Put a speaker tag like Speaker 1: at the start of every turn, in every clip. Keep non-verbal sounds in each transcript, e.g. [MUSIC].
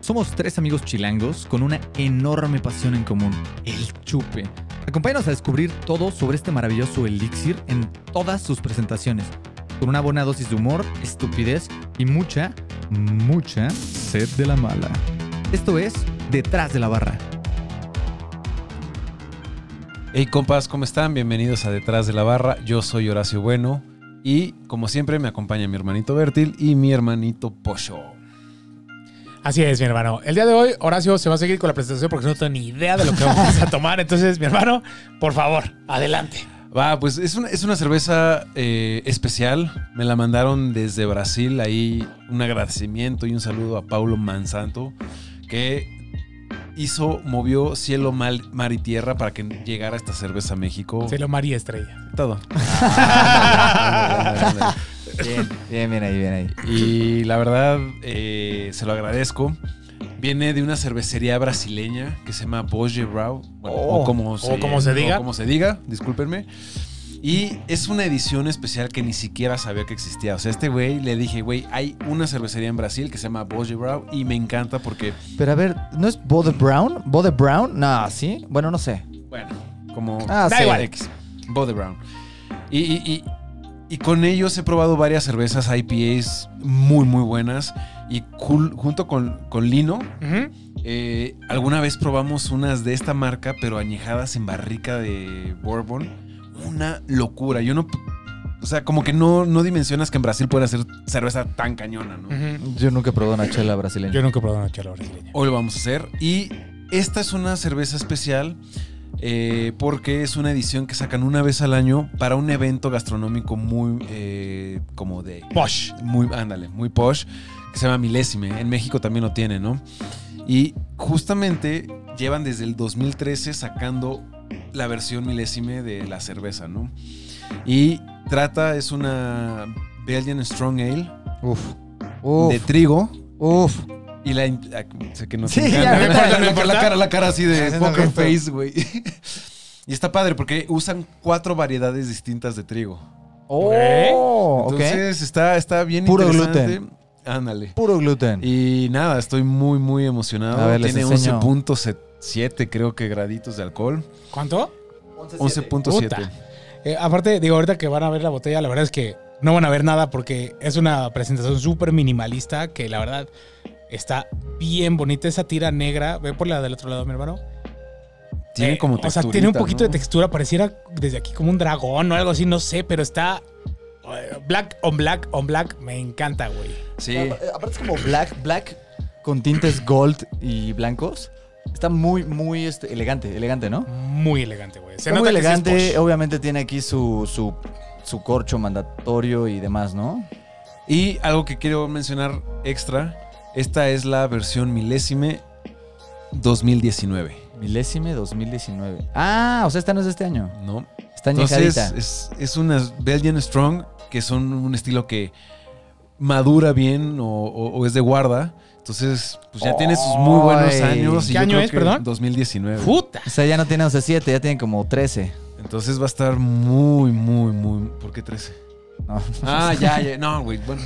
Speaker 1: Somos tres amigos chilangos con una enorme pasión en común, el chupe. Acompáñanos a descubrir todo sobre este maravilloso elixir en todas sus presentaciones, con una buena dosis de humor, estupidez y mucha, mucha sed de la mala. Esto es Detrás de la Barra.
Speaker 2: Hey compas, ¿cómo están? Bienvenidos a Detrás de la Barra. Yo soy Horacio Bueno y como siempre me acompaña mi hermanito Bertil y mi hermanito Pocho.
Speaker 3: Así es, mi hermano. El día de hoy, Horacio se va a seguir con la presentación porque no tengo ni idea de lo que vamos a tomar. Entonces, mi hermano, por favor, adelante.
Speaker 2: Va, pues es una, es una cerveza eh, especial. Me la mandaron desde Brasil. Ahí un agradecimiento y un saludo a Paulo Mansanto que hizo, movió cielo, mal- mar y tierra para que llegara esta cerveza a México. Ah,
Speaker 3: Se lo María Estrella.
Speaker 2: Todo.
Speaker 1: Bien, bien, bien ahí, bien ahí.
Speaker 2: Y la verdad, eh, se lo agradezco. Viene de una cervecería brasileña que se llama Boje Brau. bueno,
Speaker 3: Oh,
Speaker 2: o como
Speaker 3: o
Speaker 2: se,
Speaker 3: como se diga.
Speaker 2: o como se diga, discúlpenme. Y es una edición especial que ni siquiera sabía que existía. O sea, este güey le dije, güey, hay una cervecería en Brasil que se llama Boje Brau y me encanta porque,
Speaker 4: Pero a ver, ¿no es Bode Brown? ¿Bode Brown? No, ¿sí? Bueno, no sé.
Speaker 2: bueno, como
Speaker 4: Ah,
Speaker 3: Da
Speaker 4: sí.
Speaker 3: igual.
Speaker 2: X, Bode Brown. Y, y- y- y con ellos he probado varias cervezas IPAs muy, muy buenas. Y jul- junto con, con Lino, Eh, alguna vez probamos unas de esta marca, pero añejadas en barrica de Bourbon. Una locura. Yo no. O sea, como que no, no dimensionas que en Brasil pueden hacer cerveza tan cañona, ¿no?
Speaker 3: Ujú.
Speaker 4: Yo nunca probé una chela brasileña.
Speaker 3: Yo nunca probé una chela brasileña.
Speaker 2: Hoy lo vamos a hacer. Y esta es una cerveza especial eh, porque es una edición que sacan una vez al año para un evento gastronómico muy eh, como de
Speaker 3: Posh.
Speaker 2: muy, ándale, muy posh, que se llama Milésime. En México también lo tiene, ¿no? Y justamente llevan desde el 2013 sacando la versión Milésime de la cerveza, ¿no? Y trata, es una Belgian Strong Ale
Speaker 4: Uf. Uf.
Speaker 2: de trigo.
Speaker 4: Uf.
Speaker 2: Y la. ah, Sé que no
Speaker 4: Sí,
Speaker 2: te
Speaker 4: ya, me
Speaker 2: encanta. La- [LAUGHS] la-
Speaker 3: importa, me
Speaker 2: la-
Speaker 3: importa.
Speaker 2: La cara, la cara así de
Speaker 4: Haciendo
Speaker 2: poker
Speaker 4: gesto.
Speaker 2: face, güey. [LAUGHS] Y está padre porque usan cuatro variedades distintas de trigo.
Speaker 4: Oh, ok.
Speaker 2: Entonces está, está bien
Speaker 4: Puro
Speaker 2: interesante. Ándale.
Speaker 4: Puro gluten.
Speaker 2: Y nada, estoy muy, muy emocionado.
Speaker 4: A ver, les
Speaker 2: Tiene
Speaker 4: enseño.
Speaker 2: 11.7, creo que graditos de alcohol.
Speaker 3: ¿Cuánto?
Speaker 2: 11.7.
Speaker 3: Puta. Eh, aparte, digo, ahorita que van a ver la botella, la verdad es que no van a ver nada porque es una presentación súper minimalista que la verdad está bien bonita. Esa tira negra, ve por la del otro lado, mi hermano.
Speaker 2: Tiene
Speaker 3: Eh,
Speaker 2: como
Speaker 3: O sea, tiene un
Speaker 2: texturita,
Speaker 3: poquito
Speaker 2: ¿no?
Speaker 3: de textura, pareciera desde aquí como un dragón o algo así, no sé, pero está eh, black on black on black, me encanta, güey.
Speaker 2: Sí.
Speaker 4: Aparte eh, aparte es como black, black con tintes gold y blancos. Está muy, muy este, elegante, elegante, ¿no?
Speaker 3: Muy elegante, güey. Se
Speaker 4: Está muy
Speaker 3: nota que sí es
Speaker 4: elegante.
Speaker 3: posh.
Speaker 4: Obviamente tiene aquí su, su, su corcho mandatorio y demás, ¿no?
Speaker 2: Y algo que quiero mencionar extra. Esta es la versión milésime 2019,
Speaker 4: Milésime 2019. Ah, o sea, esta no es de este año.
Speaker 2: ¿no?
Speaker 4: Está
Speaker 2: Entonces
Speaker 4: añejadita.
Speaker 2: es, es unas Belgian Strong que son un estilo que madura bien o, o- o es de guarda. Entonces, pues ya tiene sus muy buenos
Speaker 4: Ay.
Speaker 2: años. y
Speaker 3: ¿Qué
Speaker 2: yo
Speaker 3: año
Speaker 2: creo
Speaker 3: es,
Speaker 2: que
Speaker 3: perdón?
Speaker 2: 2019.
Speaker 3: Puta.
Speaker 4: O sea, ya no tiene 11, 7, ya tiene como 13.
Speaker 2: Entonces va a estar muy, muy, muy. ¿Por qué 13?
Speaker 4: No.
Speaker 2: [LAUGHS] Ah, ya, ya. No, güey. Bueno.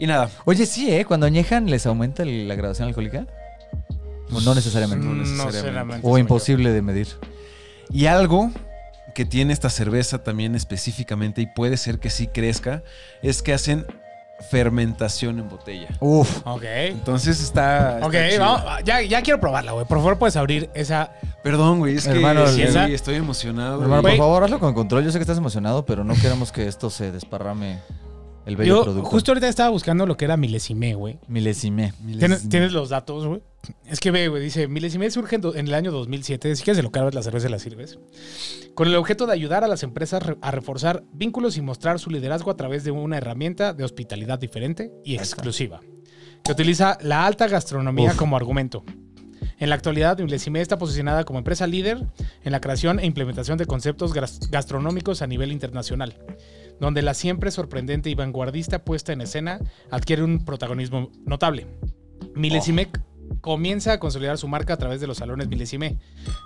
Speaker 2: Y nada.
Speaker 4: Oye, sí, ¿eh? Cuando añejan, ¿les aumenta el- la graduación alcohólica? O no necesariamente.
Speaker 2: Pues, No necesariamente.
Speaker 3: necesariamente,
Speaker 4: O
Speaker 3: soy
Speaker 4: imposible de medir.
Speaker 2: Y algo que tiene esta cerveza también específicamente, y puede ser que sí crezca, es que hacen fermentación en botella.
Speaker 4: Uf.
Speaker 3: yo. Ok.
Speaker 2: Entonces está. está
Speaker 3: Ok,
Speaker 2: chido.
Speaker 3: vamos. Ya, ya quiero probarla, güey. Por favor, puedes abrir esa.
Speaker 2: Perdón, güey. Es
Speaker 4: Hermano,
Speaker 2: que sí,
Speaker 3: esa-
Speaker 2: estoy emocionado.
Speaker 4: Hermano,
Speaker 2: güey.
Speaker 4: por
Speaker 3: Güey.
Speaker 4: favor, hazlo con control. Yo sé que estás emocionado, pero no queremos que esto se desparrame el bello
Speaker 3: Yo
Speaker 4: producto.
Speaker 3: justo ahorita estaba buscando lo que era milesime, güey.
Speaker 4: Milesimé.
Speaker 3: ¿Tienes, tienes los datos, güey? Es que ve, güey, dice, Milesime surge en, do- en el año 2007, si quieres se lo cargas la cerveza y la sirves, con el objeto de ayudar a las empresas re- a reforzar vínculos y mostrar su liderazgo a través de una herramienta de hospitalidad diferente y exclusiva, que utiliza la alta gastronomía
Speaker 4: Uf.
Speaker 3: como argumento. En la actualidad, Milesime está posicionada como empresa líder en la creación e implementación de conceptos gras- gastronómicos a nivel internacional, donde la siempre sorprendente y vanguardista puesta en escena adquiere un protagonismo notable. Milesimec comienza a consolidar su marca a través de los salones Milesime,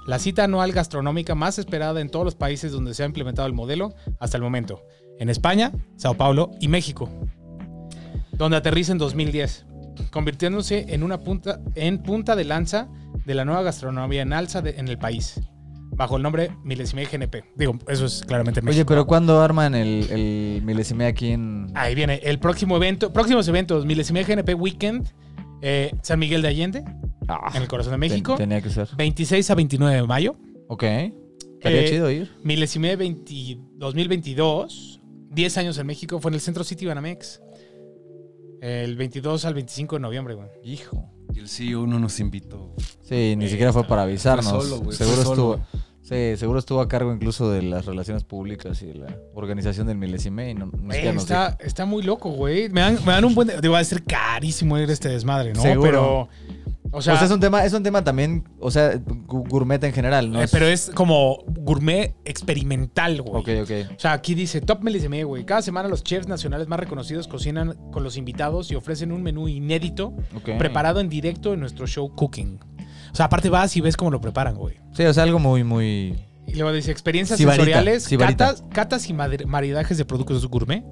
Speaker 3: la cita anual gastronómica más esperada en todos los países donde se ha implementado el modelo hasta el momento, en España, Sao Paulo y México, donde aterriza en 2010. convirtiéndose en una punta, en punta de lanza de la nueva gastronomía en alza de- en el país, bajo el nombre Milesimé GNP. Digo, eso es claramente México.
Speaker 4: Oye, pero ¿cuándo arman el, el milesime aquí en...?
Speaker 3: Ahí viene el próximo evento, próximos eventos, Milesimé GNP Weekend, eh, San Miguel de Allende,
Speaker 4: Ah,
Speaker 3: en el corazón de
Speaker 4: ten-
Speaker 3: México,
Speaker 4: tenía que ser.
Speaker 3: 26 a 29 de mayo.
Speaker 4: Ok. Estaría
Speaker 3: Eh,
Speaker 4: chido ir.
Speaker 3: Milesimé 20 2022, 10 años en México, fue en el Centro City Banamex. El 22 al 25 de noviembre, güey.
Speaker 4: Hijo.
Speaker 2: Y el CEO no nos invitó.
Speaker 4: Sí, ni
Speaker 3: Eh,
Speaker 4: siquiera fue para avisarnos.
Speaker 2: fue solo, güey, fue
Speaker 4: seguro
Speaker 2: solo.
Speaker 4: estuvo. Sí, seguro estuvo a cargo incluso de las relaciones públicas y de la organización del milesime y no, ni
Speaker 3: Güey,
Speaker 4: siquiera Pues nos
Speaker 3: Eh, está, está muy loco, güey. Me dan, me dan un buen. Digo, va a ser carísimo ir a este desmadre, ¿no?
Speaker 4: Seguro. Pues
Speaker 3: Pero. O
Speaker 4: O sea,
Speaker 3: sea,
Speaker 4: es un tema, es un tema también, o sea, gu- gourmet en general, ¿no?
Speaker 3: eh, pero es como gourmet experimental, güey.
Speaker 4: Ok, ok.
Speaker 3: O sea, aquí dice Top Meliseme, güey. Cada semana los chefs nacionales más reconocidos cocinan con los invitados y ofrecen un menú inédito
Speaker 4: ok.
Speaker 3: preparado en directo en nuestro show Cooking. O sea, aparte vas y ves cómo lo preparan, güey.
Speaker 4: Sí, o sea, algo muy, muy.
Speaker 3: Y luego dice experiencias
Speaker 4: Sibarita,
Speaker 3: sensoriales,
Speaker 4: sibarita.
Speaker 3: catas, catas y madri- maridajes de productos gourmet.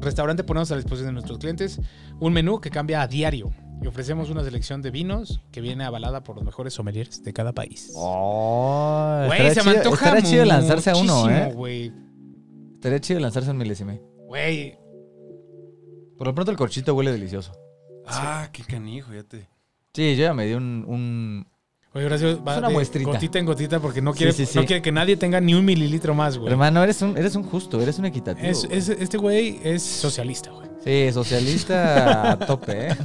Speaker 3: Restaurante ponemos a la disposición de nuestros clientes un menú que cambia a diario. Y ofrecemos una selección de vinos que viene avalada por los mejores sommeliers de cada país.
Speaker 4: Oh,
Speaker 3: Güey, se me antoja
Speaker 4: Estaría chido lanzarse a uno,
Speaker 3: muchísimo,
Speaker 4: ¿eh?
Speaker 3: güey.
Speaker 4: Estaría chido lanzarse un milésime.
Speaker 3: Güey,
Speaker 4: Por lo pronto el corchito huele delicioso.
Speaker 2: Ah, qué canijo, ya te.
Speaker 4: Sí, yo ya me di un. un...
Speaker 3: Oye, Horacio, va
Speaker 4: Es una
Speaker 3: de
Speaker 4: muestrita.
Speaker 3: gotita en gotita porque no quiere,
Speaker 4: Sí, sí, sí.
Speaker 3: no quiere que nadie tenga ni un mililitro más, güey.
Speaker 4: Hermano, eres un, eres un justo, eres un equitativo.
Speaker 3: Es-
Speaker 4: güey.
Speaker 3: es- este güey es socialista, güey.
Speaker 4: Sí, socialista a
Speaker 3: [LAUGHS]
Speaker 4: tope, ¿eh?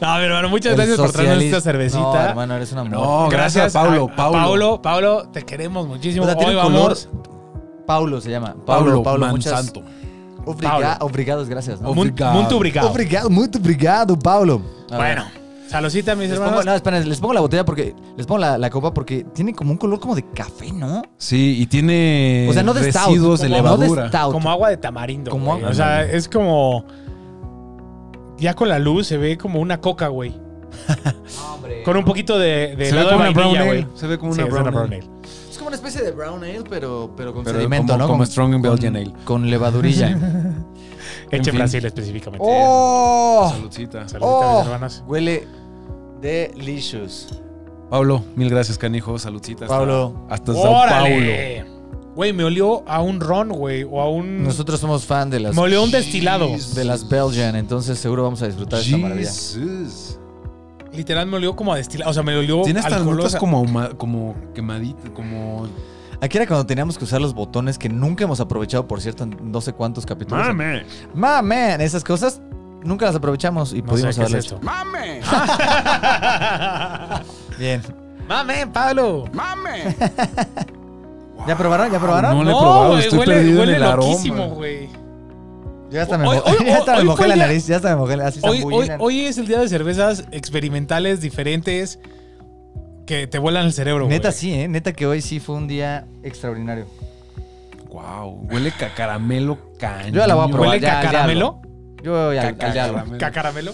Speaker 3: No, pero hermano, muchas
Speaker 4: El
Speaker 3: gracias por traernos
Speaker 4: socialista-
Speaker 3: esta cervecita.
Speaker 4: No, hermano, eres un amor.
Speaker 2: No, gracias, a Paulo.
Speaker 3: a-
Speaker 2: Paulo.
Speaker 3: Paulo, Paulo, te queremos muchísimo.
Speaker 4: O sea, tiene
Speaker 3: Hoy
Speaker 4: un color-
Speaker 3: vamos.
Speaker 4: Paulo se llama. Paulo, Paulo, muchas.
Speaker 2: Mansanto.
Speaker 4: Obriga- Obrigados, gracias. ¿no?
Speaker 2: Ob-
Speaker 3: Mun-
Speaker 2: Obrigado.
Speaker 3: Muito obrigado.
Speaker 4: Obrigado, muy obrigado, Paulo. A ver.
Speaker 3: Bueno, saludcita, mis
Speaker 4: Les pongo,
Speaker 3: hermanos.
Speaker 4: no, esperen, les pongo la botella porque. Les pongo la, la copa porque tiene como un color como de café, ¿no?
Speaker 2: Sí, y tiene
Speaker 4: O sea, no de stout.
Speaker 2: Eh, residuos de
Speaker 4: como- No de
Speaker 2: levadura.
Speaker 4: stout.
Speaker 3: Como agua de tamarindo.
Speaker 4: Como
Speaker 3: güey.
Speaker 4: agua-
Speaker 3: O sea, es como. Ya con la luz se ve como una coca, güey. Con un poquito de, de
Speaker 2: se, ve
Speaker 3: helado
Speaker 2: como
Speaker 3: de
Speaker 2: una brown
Speaker 3: vainilla,
Speaker 2: ale.
Speaker 3: güey.
Speaker 2: se ve como
Speaker 3: Sí,
Speaker 2: una
Speaker 3: es
Speaker 2: brown ale.
Speaker 3: ale.
Speaker 4: Es como una especie de brown ale, pero, pero con
Speaker 2: Pero
Speaker 4: sedimento,
Speaker 2: como-
Speaker 4: ¿no?
Speaker 2: como
Speaker 4: Con-
Speaker 2: strong Belgian
Speaker 4: con-
Speaker 2: ale.
Speaker 4: Con levadurilla.
Speaker 2: [LAUGHS]
Speaker 3: Hecha en
Speaker 2: fin.
Speaker 3: Brasil específicamente.
Speaker 4: ¡Oh!
Speaker 2: Saludcita.
Speaker 3: Saludita,
Speaker 4: Oh.
Speaker 3: mis hermanos.
Speaker 4: Huele delicious.
Speaker 2: Pablo, mil gracias, canijo. Saludcita. hasta-
Speaker 4: Pablo.
Speaker 2: Hasta Sao Paulo.
Speaker 3: ¡Órale! Güey, me olió a un ron, güey. O a un.
Speaker 4: Nosotros somos fan de las,
Speaker 3: me olió a un destilado.
Speaker 2: Jeez.
Speaker 4: de las Belgian, entonces seguro vamos a disfrutar de esta maravilla.
Speaker 2: Jesus.
Speaker 3: Literal, me olió como a destilado. O sea, me olió.
Speaker 2: Tiene estas notas
Speaker 3: Oh, alcoholosa.
Speaker 2: como, ahuma- como quemaditas, como...
Speaker 4: Aquí era cuando teníamos que usar los botones que nunca hemos aprovechado, por cierto, en no sé cuántos capítulos.
Speaker 2: Mame.
Speaker 4: Mamen, esas cosas nunca las aprovechamos y
Speaker 3: No sé,
Speaker 4: pudimos
Speaker 3: ¿qué es
Speaker 4: haberlo
Speaker 3: esto?
Speaker 4: hecho. Bien.
Speaker 3: ¡Mamen, Pablo!
Speaker 4: ¿Ya probaron? ¿Ya probaron?
Speaker 2: No le he probado,
Speaker 3: güey,
Speaker 2: estoy
Speaker 3: huele,
Speaker 2: perdido
Speaker 3: huele
Speaker 2: en el
Speaker 3: loquísimo,
Speaker 2: aroma.
Speaker 3: güey.
Speaker 4: Yo hasta me,
Speaker 3: Hoy-
Speaker 4: mo- [LAUGHS]
Speaker 3: hoy-
Speaker 4: ya hasta me
Speaker 3: hoy
Speaker 4: mojé
Speaker 3: fue
Speaker 4: la
Speaker 3: el día-
Speaker 4: nariz, ya hasta me mojé la así
Speaker 3: Hoy, hoy,
Speaker 4: zambullinan.
Speaker 3: hoy es el día de cervezas experimentales diferentes que te vuelan el cerebro.
Speaker 4: Neta
Speaker 3: güey.
Speaker 4: sí, ¿eh? Neta que hoy sí fue un día extraordinario.
Speaker 2: Wow, huele a caramelo cañón.
Speaker 4: Yo ya la voy a probar.
Speaker 3: ¿Huele
Speaker 4: ya- ya
Speaker 3: cacaramelo?
Speaker 4: Yo ya,
Speaker 2: Caca-
Speaker 4: ya lo-
Speaker 2: caramelo.
Speaker 3: ¿Cacaramelo?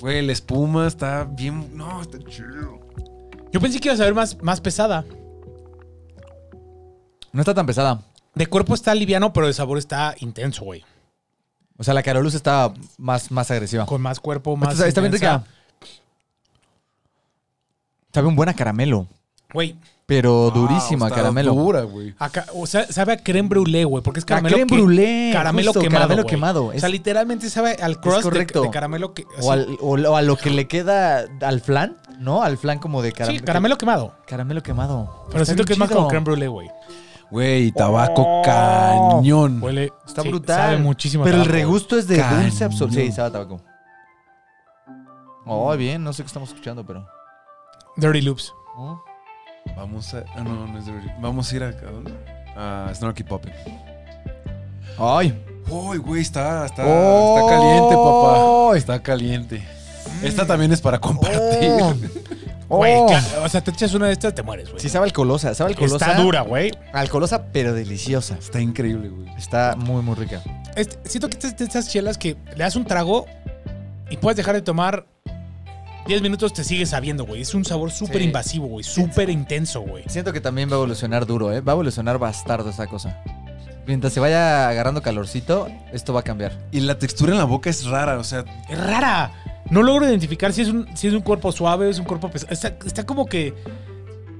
Speaker 2: Güey, la espuma está bien... No, está chido.
Speaker 3: Yo pensé que iba a saber más, más pesada.
Speaker 4: No está tan pesada.
Speaker 3: De cuerpo está liviano, pero de sabor está intenso, güey.
Speaker 4: O sea, la Carolus estaba más, más agresiva.
Speaker 3: Con más cuerpo, más.
Speaker 4: Está, está bien
Speaker 3: intensa.
Speaker 4: rica. Sabe un buen a caramelo,
Speaker 3: Güey,
Speaker 4: pero durísima
Speaker 2: Wow, está
Speaker 4: caramelo.
Speaker 2: dura, güey.
Speaker 3: acá- o sea, sabe a creme brulee, güey, porque es
Speaker 4: A
Speaker 3: caramelo.
Speaker 4: creme
Speaker 3: que-
Speaker 4: brûlée,
Speaker 3: Caramelo
Speaker 4: justo,
Speaker 3: quemado.
Speaker 4: caramelo
Speaker 3: güey.
Speaker 4: quemado,
Speaker 3: o sea,
Speaker 4: es-
Speaker 3: literalmente sabe al crust de- de,
Speaker 4: correcto.
Speaker 3: caramelo que.
Speaker 4: O, al- o lo- a lo que le queda al flan, ¿no? Al flan como de
Speaker 3: sí,
Speaker 4: caramelo.
Speaker 3: caramelo quemado.
Speaker 4: Caramelo quemado.
Speaker 3: Pero
Speaker 4: Está
Speaker 3: siento
Speaker 4: bien
Speaker 3: que es más
Speaker 4: chido.
Speaker 3: como creme brulee, güey.
Speaker 2: Güey, tabaco
Speaker 3: Oh.
Speaker 2: cañón.
Speaker 3: Huele.
Speaker 4: Está
Speaker 3: sí,
Speaker 4: brutal.
Speaker 3: Sabe muchísimo. a
Speaker 4: Pero el
Speaker 3: tabaco.
Speaker 4: regusto es de
Speaker 2: Cañón.
Speaker 4: dulce absoluto. Sí, sabe a tabaco. Oh, bien. No sé qué estamos escuchando, pero...
Speaker 3: Dirty Loops.
Speaker 4: Oh.
Speaker 2: Vamos a... ah, no, no es de- Vamos a ir a... ¿A dónde? A Snarky Puppy.
Speaker 4: Ay.
Speaker 2: Uy, güey, está, está,
Speaker 4: Oh.
Speaker 2: está caliente, papá. Mm. Está caliente. Esta también es para compartir.
Speaker 4: Oh.
Speaker 3: Güey,
Speaker 4: Oh.
Speaker 3: claro, o sea, te echas una de estas, te mueres, güey.
Speaker 4: Sí, sabe alcolosa. Sabe alcolosa.
Speaker 3: Está dura, güey.
Speaker 4: Alcolosa, pero deliciosa.
Speaker 2: Está increíble, güey.
Speaker 4: Está muy, muy rica.
Speaker 3: Este- siento que estas de estas chelas que le das un trago y puedes dejar de tomar 10 minutos, te sigue sabiendo, güey. Es un sabor súper
Speaker 4: Sí.
Speaker 3: invasivo, güey. Súper intenso, güey.
Speaker 4: Siento que también va a evolucionar duro, ¿eh? Va a evolucionar bastardo esa cosa. Mientras se vaya agarrando calorcito, esto va a cambiar.
Speaker 2: Y la textura en la boca es rara, o sea,
Speaker 3: Es rara. No logro identificar si es un, si es un cuerpo suave, es un cuerpo pesado. Está, está como que.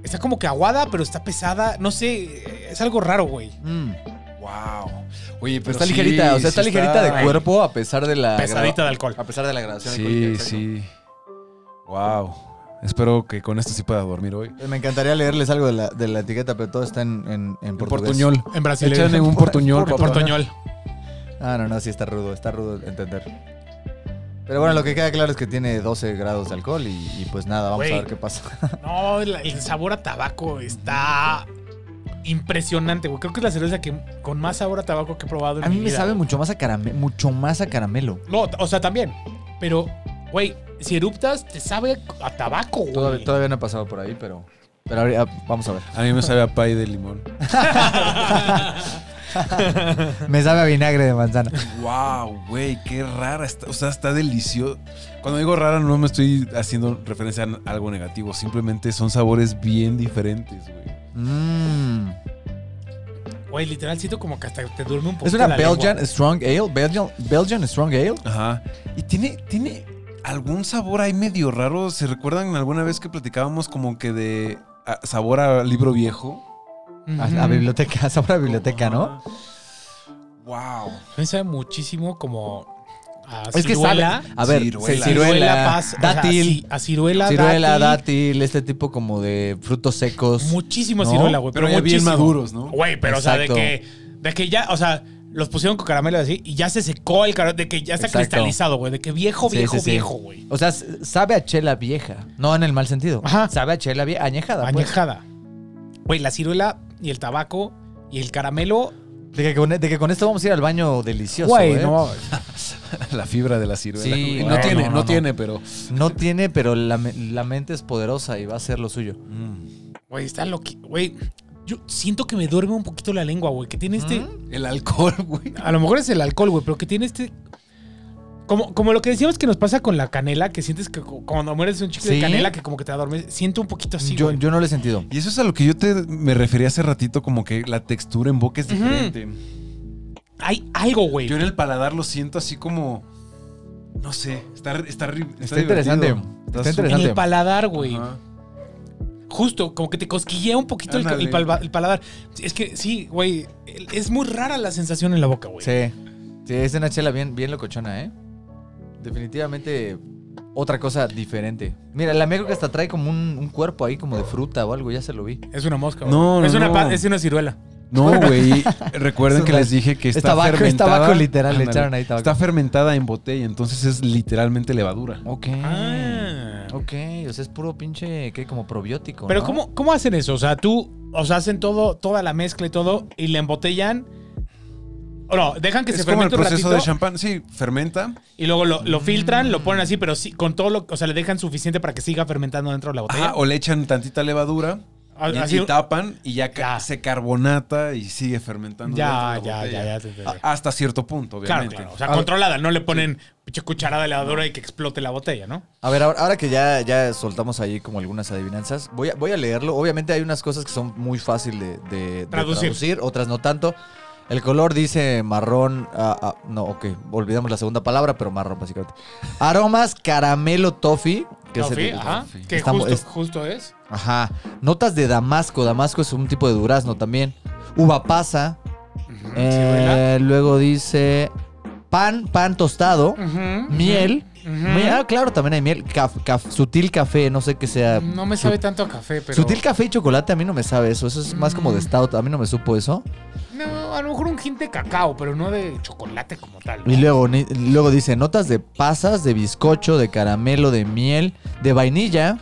Speaker 3: Está como que aguada, pero está pesada. No sé, es algo raro, güey.
Speaker 4: Mm.
Speaker 2: wow. Oye, pero
Speaker 4: está
Speaker 2: sí,
Speaker 4: ligerita, o sea,
Speaker 2: sí
Speaker 4: está ligerita de cuerpo a pesar de la.
Speaker 3: Pesadita
Speaker 4: grava-
Speaker 3: de
Speaker 2: Ah,
Speaker 3: alcohol.
Speaker 4: A pesar de la grabación.
Speaker 2: Sí, sí. Wow. Espero que con esto sí pueda dormir hoy.
Speaker 4: Eh, Me encantaría leerles algo de la, de la etiqueta, pero todo está en, en, en portugués.
Speaker 2: Portuñol.
Speaker 3: En Brasil.
Speaker 2: Échale un portuñol, papá.
Speaker 3: portoñol.
Speaker 4: Ah, no, no, sí está rudo, está rudo de entender. Pero bueno, lo que queda claro es que tiene 12 grados de alcohol y, y pues nada, vamos
Speaker 3: Güey.
Speaker 4: a ver qué
Speaker 3: [LAUGHS]
Speaker 4: pasa.
Speaker 3: No, el- el sabor a tabaco está impresionante, güey. Creo que es la cerveza que con más sabor a tabaco que he probado en
Speaker 4: A mí
Speaker 3: mi
Speaker 4: me
Speaker 3: vida.
Speaker 4: sabe mucho más a caramelo, mucho más a caramelo.
Speaker 3: No, o sea, también. Pero, güey, si eruptas, te sabe a tabaco, güey.
Speaker 4: Todavía, todavía no he pasado por ahí, pero, pero ahorita- vamos a ver.
Speaker 2: A mí me sabe a pay de limón.
Speaker 4: [LAUGHS] Me sabe a vinagre de manzana.
Speaker 2: Wow, güey, qué rara está. O sea, está delicioso. Cuando digo rara, no me estoy haciendo referencia a algo negativo. Simplemente son sabores bien diferentes, güey.
Speaker 4: Mmm.
Speaker 3: Güey, literal, siento como que hasta te duerme un poco.
Speaker 4: Es una
Speaker 3: la lengua.
Speaker 4: Belgian Strong Ale. Belgian, Belgian Strong Ale.
Speaker 2: Ajá. Y tiene, tiene algún sabor ahí medio raro. ¿Se recuerdan alguna vez que platicábamos como que de ah, sabor a libro viejo?
Speaker 3: Ujú.
Speaker 4: A, a biblioteca, [LAUGHS] sabor a biblioteca,
Speaker 3: Ah,
Speaker 4: ¿no?
Speaker 2: Wow.
Speaker 3: Me sabe muchísimo como a
Speaker 4: Es que sabe.
Speaker 3: ciruela.
Speaker 4: A ver,
Speaker 2: Ciruela.
Speaker 4: ciruela,
Speaker 3: pas- o sea,
Speaker 4: dátil.
Speaker 3: a ciruela,
Speaker 4: ciruela,
Speaker 3: dátil.
Speaker 4: dátil, este tipo como de frutos secos.
Speaker 3: Muchísimo
Speaker 4: No,
Speaker 3: ciruela, güey.
Speaker 2: Pero ya bien
Speaker 3: muchísimo.
Speaker 2: maduros, ¿no?
Speaker 3: Güey, pero o
Speaker 4: Exacto.
Speaker 3: sea, de que, de que ya, o sea, los pusieron con caramelo así y ya se secó el caramelo, de que ya está
Speaker 4: Exacto.
Speaker 3: cristalizado, güey. De que viejo,
Speaker 4: Sí,
Speaker 3: viejo,
Speaker 4: sí, sí.
Speaker 3: viejo, güey.
Speaker 4: O sea, s- sabe a chela vieja. No en el mal sentido.
Speaker 3: Ajá.
Speaker 4: Sabe a chela vieja, añejada. pues.
Speaker 3: Añejada. Güey, la ciruela y el tabaco y el caramelo.
Speaker 4: De, que con, e, de que con esto vamos a ir al baño delicioso.
Speaker 3: Güey,
Speaker 4: ¿eh?
Speaker 3: no.
Speaker 2: [LAUGHS] La fibra de la ciruela.
Speaker 4: Sí,
Speaker 2: güey.
Speaker 4: no,
Speaker 2: no,
Speaker 4: no,
Speaker 2: tiene, no,
Speaker 4: no, no.
Speaker 2: tiene, pero.
Speaker 4: No tiene, pero la, me- la mente es poderosa y va a ser lo suyo. Mm.
Speaker 3: Güey, está loqui. Güey, yo siento que me duerme un poquito la lengua, güey. Que tiene este.
Speaker 4: Mm.
Speaker 2: El alcohol, [LAUGHS] güey.
Speaker 3: A lo mejor es el alcohol, güey, pero que tiene este. Como, como lo que decíamos que nos pasa con la canela, que sientes que cu- cuando mueres un chicle de
Speaker 4: Sí.
Speaker 3: canela que como que te adormeces, siento un poquito así,
Speaker 4: yo,
Speaker 3: güey.
Speaker 4: yo no lo he sentido.
Speaker 2: Y eso es a lo que yo te me refería hace ratito, como que la textura en boca es
Speaker 3: Ujú.
Speaker 2: diferente.
Speaker 3: Hay algo, güey.
Speaker 2: Yo en el paladar lo siento así como. No sé. Está, está, ri- está
Speaker 4: Está interesante.
Speaker 2: divertido.
Speaker 4: Está
Speaker 2: su-
Speaker 4: interesante.
Speaker 3: En el paladar, güey.
Speaker 2: Ajá.
Speaker 3: Justo, como que te cosquillea un poquito el,
Speaker 2: Ándale.
Speaker 3: el palva- el paladar. Es que sí, güey. el- Es muy rara la sensación en la boca, güey.
Speaker 4: Sí. Sí, es una chela bien, bien locochona, ¿eh? Definitivamente otra cosa diferente. Mira, la mía creo que hasta trae como un, un cuerpo ahí como de fruta o algo, ya se lo vi.
Speaker 3: Es una mosca, güey.
Speaker 2: No, no,
Speaker 3: es una,
Speaker 2: no.
Speaker 3: pa- Es una ciruela.
Speaker 2: No, güey. Recuerden
Speaker 4: Es
Speaker 2: que
Speaker 4: una-
Speaker 2: les dije que
Speaker 4: es
Speaker 2: está
Speaker 4: tabaco, es
Speaker 2: fermentada.
Speaker 4: tabaco literal, le
Speaker 2: Ándale.
Speaker 4: echaron ahí tabaco.
Speaker 2: Está fermentada en botella, entonces es literalmente levadura.
Speaker 4: Ok.
Speaker 3: Ah.
Speaker 4: Ok, o sea, es puro pinche, ¿qué? Como probiótico.
Speaker 3: Pero
Speaker 4: ¿no?
Speaker 3: ¿cómo, ¿cómo hacen eso? O sea, tú, o sea, hacen todo, toda la mezcla y todo, y la embotellan. O no, dejan que
Speaker 2: es
Speaker 3: se
Speaker 2: como el
Speaker 3: fermente un
Speaker 2: proceso
Speaker 3: ratito
Speaker 2: de champán. Sí, fermenta.
Speaker 3: y luego lo, lo filtran, lo ponen así, pero sí, con todo lo, o sea, le dejan suficiente para que siga fermentando dentro de la botella.
Speaker 2: Ajá, o le echan tantita levadura.
Speaker 3: A-
Speaker 2: y-
Speaker 3: así-
Speaker 2: y tapan y ya, ca-
Speaker 3: Ya.
Speaker 2: se carbonata y sigue fermentando. dentro de
Speaker 3: ya,
Speaker 2: la
Speaker 3: ya,
Speaker 2: botella.
Speaker 3: ya, ya, te entendí.
Speaker 2: A- Hasta cierto punto,
Speaker 3: Claro,
Speaker 2: obviamente.
Speaker 3: claro. O sea,
Speaker 4: A-
Speaker 3: controlada, no le ponen pinche cucharada de levadura y que explote la botella, ¿no?
Speaker 4: A ver, ahora, ahora que ya, ya soltamos ahí como algunas adivinanzas, voy a, voy a leerlo. Obviamente hay unas cosas que son muy fácil de, de- de
Speaker 3: Traducir.
Speaker 4: otras no tanto. El color dice marrón, ah, ah, no, ok, olvidamos la segunda palabra, pero marrón básicamente. Aromas, caramelo, toffee. que es el-
Speaker 3: Toffee, ajá.
Speaker 2: toffee.
Speaker 3: Que
Speaker 4: Estamos-
Speaker 3: justo,
Speaker 4: es-
Speaker 3: justo es.
Speaker 4: Ajá. Notas de damasco, damasco es un tipo de durazno también. Uva pasa.
Speaker 3: ciruela.
Speaker 4: Eh, luego dice pan, pan tostado, miel. Miel, Ah, claro, también hay miel. Caf- caf- sutil café, no sé qué sea.
Speaker 3: No me sabe tanto a café, pero. Mm.
Speaker 4: Sutil café y chocolate a mí no me sabe eso. Eso es más como de stout. A mí no me supo eso.
Speaker 3: No, a lo mejor un hint de cacao, pero no de chocolate como tal.
Speaker 4: Y
Speaker 3: ¿no?
Speaker 4: luego, ni- luego dice notas de pasas, de bizcocho, de caramelo, de miel, de vainilla,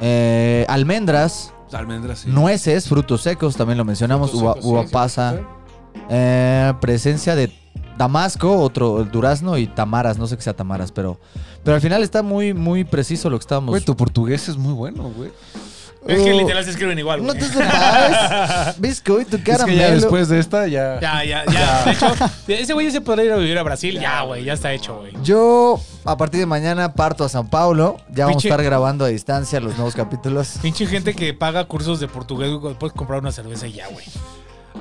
Speaker 4: eh, almendras,
Speaker 2: Almendras, sí.
Speaker 4: nueces, frutos secos, también lo mencionamos, uva,
Speaker 3: Entonces,
Speaker 4: uva
Speaker 3: sí, sí,
Speaker 4: pasa,
Speaker 3: sí.
Speaker 4: eh, presencia de damasco, otro el durazno y tamaras. No sé qué sea tamaras, pero, pero al final está muy, muy preciso lo que estábamos.
Speaker 2: Güey, tu portugués es muy bueno, güey.
Speaker 3: Es que
Speaker 4: Uh,
Speaker 3: literal se escriben igual.
Speaker 4: No
Speaker 3: güey.
Speaker 4: te sepas. Bizcoito,
Speaker 2: Es que
Speaker 4: caramelo.
Speaker 2: ya después de esta, ya.
Speaker 3: Ya, ya, ya. De hecho, ese güey ya se podrá ir a vivir a Brasil. Ya, güey, ya está hecho, güey.
Speaker 4: Yo a partir de mañana parto a San Paulo. Ya vamos
Speaker 3: Pinche-
Speaker 4: a estar grabando a distancia los nuevos capítulos.
Speaker 3: Pinche gente que paga cursos de portugués, güey, puedes comprar una cerveza y ya, güey.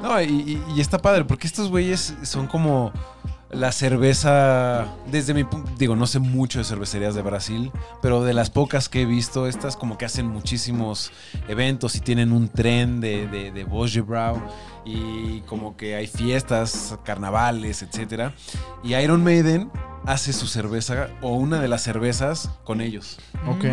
Speaker 2: No, y, y- y está padre, porque estos güeyes son como la cerveza. Desde mi punto. Digo, no sé mucho de cervecerías de Brasil, pero de las pocas que he visto, estas como que hacen muchísimos eventos y tienen un tren de, de, de Boje Brau y como que hay fiestas, carnavales, etc. Y Iron Maiden hace su cerveza o una de las cervezas con ellos.
Speaker 1: Ok.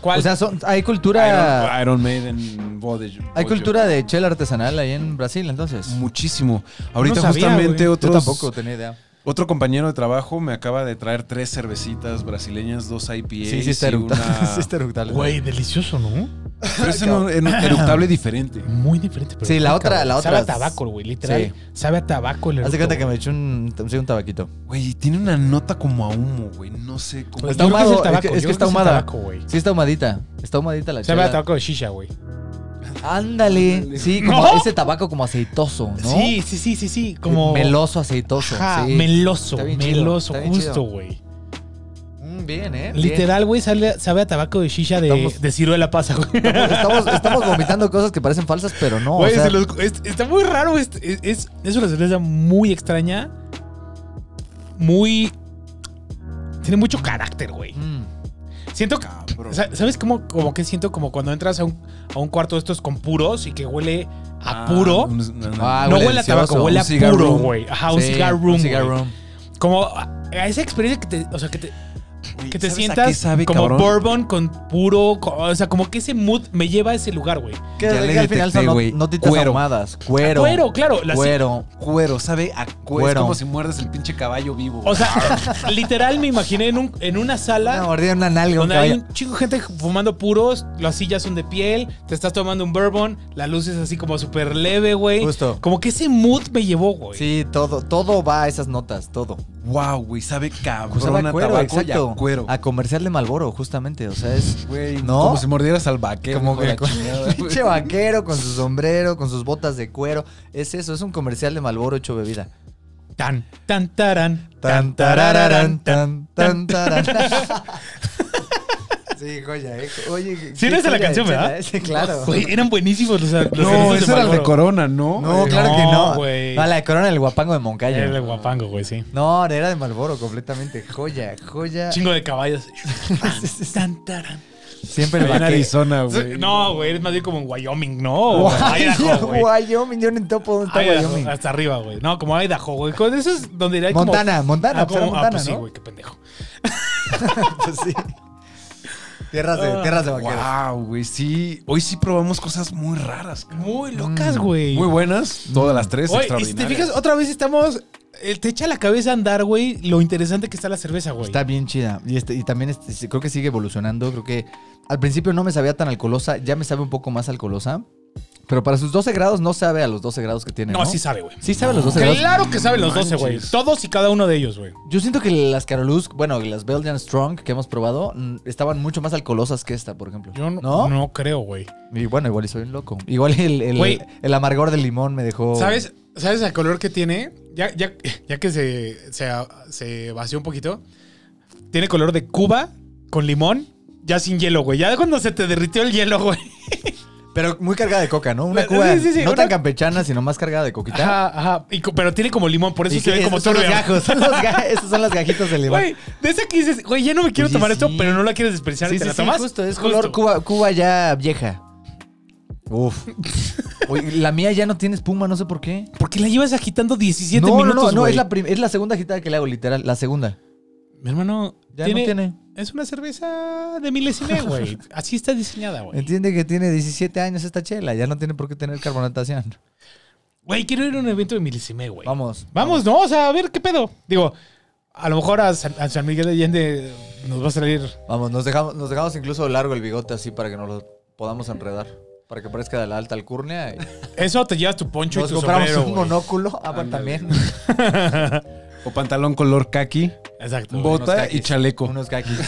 Speaker 3: ¿Cuál?
Speaker 4: O sea, son- hay cultura.
Speaker 2: Iron, Iron Maiden, Boje.
Speaker 4: Hay
Speaker 2: Boje
Speaker 4: cultura de chela artesanal ahí en Brasil, entonces.
Speaker 2: Muchísimo. Ahorita
Speaker 3: sabía,
Speaker 2: justamente
Speaker 3: güey. Yo
Speaker 4: Yo
Speaker 2: otros-
Speaker 4: tampoco tenía idea.
Speaker 2: otro compañero de trabajo me acaba de traer tres cervecitas brasileñas, dos IPAs
Speaker 4: Sí, sí está
Speaker 2: y una...
Speaker 4: eructable. [LAUGHS] Sí está eructable.
Speaker 5: Güey, delicioso, ¿no?
Speaker 2: Pero es en un-
Speaker 4: [CLEARS THROAT]
Speaker 2: en un eructable diferente.
Speaker 5: Muy diferente. Pero
Speaker 4: Sí, la otra, la otra.
Speaker 3: Sabe a tabaco, güey, literal.
Speaker 4: Sí.
Speaker 3: Sabe a tabaco el
Speaker 4: Haz de
Speaker 3: eructo,
Speaker 4: cuenta que me
Speaker 3: güey.
Speaker 4: eché un, sí, un tabaquito.
Speaker 2: Güey, tiene una nota como a humo, güey. No sé cómo...
Speaker 4: Está
Speaker 3: Yo creo que
Speaker 4: ahumado,
Speaker 3: es el
Speaker 4: es
Speaker 3: tabaco,
Speaker 4: que-
Speaker 3: yo
Speaker 4: es que
Speaker 3: creo
Speaker 4: está
Speaker 3: el
Speaker 4: ahumada.
Speaker 3: tabaco, güey.
Speaker 4: Sí, está ahumadita. Está ahumadita la
Speaker 3: Sabe a
Speaker 4: chela.
Speaker 3: tabaco de shisha, güey.
Speaker 4: Ándale. Sí, como
Speaker 3: ¿No?
Speaker 4: ese tabaco como aceitoso, ¿no?
Speaker 3: Sí, sí, sí, sí, sí. Como.
Speaker 4: Meloso, aceitoso.
Speaker 3: Ajá,
Speaker 4: sí.
Speaker 3: meloso,
Speaker 4: Está bien chido,
Speaker 3: meloso,
Speaker 4: está bien
Speaker 3: justo,
Speaker 4: chido.
Speaker 3: güey.
Speaker 4: Mm, bien, ¿eh? Bien.
Speaker 3: Literal, güey, sale- sabe a tabaco de shisha de,
Speaker 4: Estamos-
Speaker 3: de ciruela pasa, güey.
Speaker 4: Pues Estamos, estamos vomitando cosas que parecen falsas, pero no.
Speaker 3: Güey,
Speaker 4: o sea,
Speaker 3: se los- es- está muy raro. Es, es- es- es una cerveza muy extraña. Muy. Tiene mucho carácter, güey.
Speaker 4: mm.
Speaker 3: Siento que.
Speaker 2: Cabrón.
Speaker 3: sa- ¿Sabes cómo, como que siento como cuando entras a un, a un cuarto de estos con puros y que huele a
Speaker 2: Ah,
Speaker 3: puro?
Speaker 2: un- un- un-
Speaker 4: Ah,
Speaker 3: no
Speaker 4: huele
Speaker 3: huele a
Speaker 4: delicioso.
Speaker 3: tabaco, huele
Speaker 2: Un
Speaker 3: a
Speaker 2: cigar
Speaker 3: puro,
Speaker 2: room.
Speaker 3: güey. Ajá, un
Speaker 4: Sí,
Speaker 3: cigar room.
Speaker 4: un cigar
Speaker 3: güey.
Speaker 4: room.
Speaker 3: Como a, a esa experiencia que te. O sea, que te,
Speaker 2: Güey,
Speaker 3: que te
Speaker 2: ¿sabes a
Speaker 3: sientas
Speaker 2: qué sabe,
Speaker 3: como
Speaker 2: cabrón?
Speaker 3: bourbon con puro. co- o sea, como que ese mood me lleva a ese lugar, güey.
Speaker 4: Que
Speaker 2: Ya le
Speaker 4: al final
Speaker 2: detecté,
Speaker 4: son no-
Speaker 2: güey.
Speaker 4: notitas
Speaker 2: Cuero.
Speaker 4: ahumadas. Cuero.
Speaker 3: Cuero, claro. la-
Speaker 4: Cuero.
Speaker 2: Cuero, sabe a cuero. Es
Speaker 4: Cuero.
Speaker 2: como si muerdes el pinche caballo vivo. [LAUGHS]
Speaker 3: O sea, literal me imaginé en, un- en una
Speaker 4: Una
Speaker 3: sala
Speaker 4: mordida, una nalga, un
Speaker 3: donde hay
Speaker 4: caballo.
Speaker 3: un chingo de gente fumando puros, las sillas son de piel, te estás tomando un bourbon, la luz es así como súper leve, güey.
Speaker 4: Justo.
Speaker 3: Como que ese mood me llevó, güey.
Speaker 4: Sí, todo, todo va a esas notas, todo.
Speaker 2: Wow, güey, sabe
Speaker 4: Pues
Speaker 2: cabrón
Speaker 4: sabe
Speaker 2: a
Speaker 4: a cuero,
Speaker 2: tabaco y
Speaker 4: exacto.
Speaker 2: a cuero.
Speaker 4: A comercial de Malboro, justamente. O sea, [LAUGHS] es
Speaker 2: Güey,
Speaker 4: ¿No?
Speaker 2: como si mordieras al vaquero.
Speaker 4: como
Speaker 2: hijo de
Speaker 4: que
Speaker 2: la
Speaker 4: con
Speaker 2: chingada, güey.
Speaker 4: [LAUGHS] pinche vaquero, con su sombrero, con sus botas de cuero. Es eso, es un comercial de Malboro hecho bebida.
Speaker 3: Tan, tan, tarán.
Speaker 4: Tan, tarararán, tan, tan, tarán. Sí, joya, eh. Oye, qué-
Speaker 3: Sí, no es de la
Speaker 4: joya de
Speaker 3: canción,
Speaker 4: chela,
Speaker 3: ¿verdad?
Speaker 4: eh. Sí, claro.
Speaker 3: [LAUGHS] Güey, eran buenísimos los, los
Speaker 2: No,
Speaker 3: anuncios
Speaker 2: ese era el de
Speaker 3: Marlboro.
Speaker 2: Corona, ¿no?
Speaker 4: No,
Speaker 2: Eh,
Speaker 4: claro
Speaker 3: no,
Speaker 4: que no.
Speaker 3: güey.
Speaker 4: No, la de Corona, el guapango de Moncayo.
Speaker 3: Era el de guapango, güey, sí.
Speaker 4: No, era de Malboro, completamente. Joya, joya.
Speaker 3: Chingo de
Speaker 4: [LAUGHS]
Speaker 3: caballos. Tan, tarán.
Speaker 4: Siempre el
Speaker 2: Allá en
Speaker 4: vaquero.
Speaker 2: Arizona, güey.
Speaker 3: No, güey, es más bien como en Wyoming, ¿no?
Speaker 4: [LAUGHS]
Speaker 3: Idaho, güey.
Speaker 4: Wyoming, yo ni topo dónde está
Speaker 3: Idaho,
Speaker 4: Wyoming.
Speaker 3: hasta arriba, güey. No, como Idaho, güey. Con eso es donde hay como-
Speaker 4: Montana, Montana,
Speaker 3: Ah,
Speaker 4: pues
Speaker 3: como-
Speaker 4: era
Speaker 3: ah,
Speaker 4: Montana,
Speaker 3: pues sí,
Speaker 4: ¿no?
Speaker 3: güey, qué pendejo.
Speaker 4: Pues [LAUGHS] sí. Tierras de, tierras de
Speaker 3: Ah,
Speaker 4: vaqueros.
Speaker 2: Wow, güey, sí. Hoy sí probamos cosas muy raras. cabrón.
Speaker 3: Muy
Speaker 4: Mm.
Speaker 3: locas, güey.
Speaker 2: Muy buenas, todas las tres.
Speaker 3: Oye, y si te
Speaker 2: extraordinarias.
Speaker 3: fijas, otra vez estamos. eh, te echa la cabeza a andar, güey, lo interesante que está la cerveza, güey.
Speaker 4: Está bien chida. Y, este, y también este, sí, creo que sigue evolucionando. Creo que al principio no me sabía tan alcoholosa. Ya me sabe un poco más alcoholosa. Pero para sus 12 grados no sabe a los 12 grados que tiene.
Speaker 3: no,
Speaker 4: No,
Speaker 3: sí sabe, güey.
Speaker 4: Sí sabe a los 12 grados.
Speaker 3: Claro que saben los 12,
Speaker 2: Manches.
Speaker 3: güey. Todos y cada uno de ellos, güey.
Speaker 4: Yo siento que las Carolus, bueno, y las Belgian Strong que hemos probado, mm, estaban mucho más alcoholosas que esta, por ejemplo.
Speaker 3: Yo no,
Speaker 4: ¿No?
Speaker 3: no creo, güey.
Speaker 4: Y bueno, igual y soy un loco. Igual y el, el-
Speaker 3: Güey.
Speaker 4: el amargor del limón me dejó.
Speaker 3: ¿Sabes, ¿Sabes el color que tiene? Ya, ya, ya que se, se, se vació un poquito. Tiene color de Cuba con limón, ya sin hielo, güey. Ya cuando se te derritió el hielo, güey.
Speaker 4: Pero muy cargada de coca, ¿no? Una
Speaker 3: Sí,
Speaker 4: cuba
Speaker 3: sí, sí,
Speaker 4: no
Speaker 3: una-
Speaker 4: tan campechana, sino más cargada de coquita.
Speaker 3: Ajá, ajá. Y co- pero tiene como limón, por eso
Speaker 4: Y
Speaker 3: se
Speaker 4: que
Speaker 3: ve como
Speaker 4: esos son los
Speaker 3: turbia.
Speaker 4: gajos, [LAUGHS] son los ga- esos son las gajitas de limón.
Speaker 3: Güey, de esa que dices, güey, ya no me quiero
Speaker 4: Oye,
Speaker 3: tomar esto,
Speaker 4: sí.
Speaker 3: pero no la quieres despreciar
Speaker 4: sí,
Speaker 3: y te
Speaker 4: sí,
Speaker 3: la
Speaker 4: sí,
Speaker 3: tomas.
Speaker 4: justo, es color
Speaker 3: Justo.
Speaker 4: Cuba, Cuba ya vieja. [LAUGHS] Uf. Oye, la mía ya no tiene espuma, no sé por qué.
Speaker 3: ¿Por qué la llevas agitando 17
Speaker 4: no,
Speaker 3: minutos,
Speaker 4: no, no, no,
Speaker 3: güey?
Speaker 4: es la, prim- es la segunda agitada que le hago, literal, la segunda.
Speaker 3: Mi hermano,
Speaker 4: Ya
Speaker 3: tiene-
Speaker 4: no tiene.
Speaker 3: es una cerveza de milesime,
Speaker 4: [LAUGHS]
Speaker 3: güey. Así está diseñada, güey.
Speaker 4: Entiende que tiene 17 años esta chela, ya no tiene por qué tener carbonatación.
Speaker 3: Güey, quiero ir a un evento de milesime, güey.
Speaker 4: Vamos.
Speaker 3: Vamos, ¿no? O sea, a ver qué pedo. Digo, a lo mejor a San, a San Miguel de Allende nos va a salir.
Speaker 4: Vamos, nos dejamos, nos dejamos incluso largo el bigote así para que nos lo podamos enredar. Para que parezca de la alta alcurnia. y
Speaker 3: Eso te llevas tu poncho
Speaker 4: nos
Speaker 3: y tu
Speaker 4: compramos
Speaker 3: sombrero,
Speaker 4: un
Speaker 3: güey.
Speaker 4: monóculo. Ah, bueno, también.
Speaker 2: O pantalón color kaki,
Speaker 3: Exacto. güey.
Speaker 2: bota
Speaker 4: caquis.
Speaker 2: y chaleco.
Speaker 4: Unos gaquis.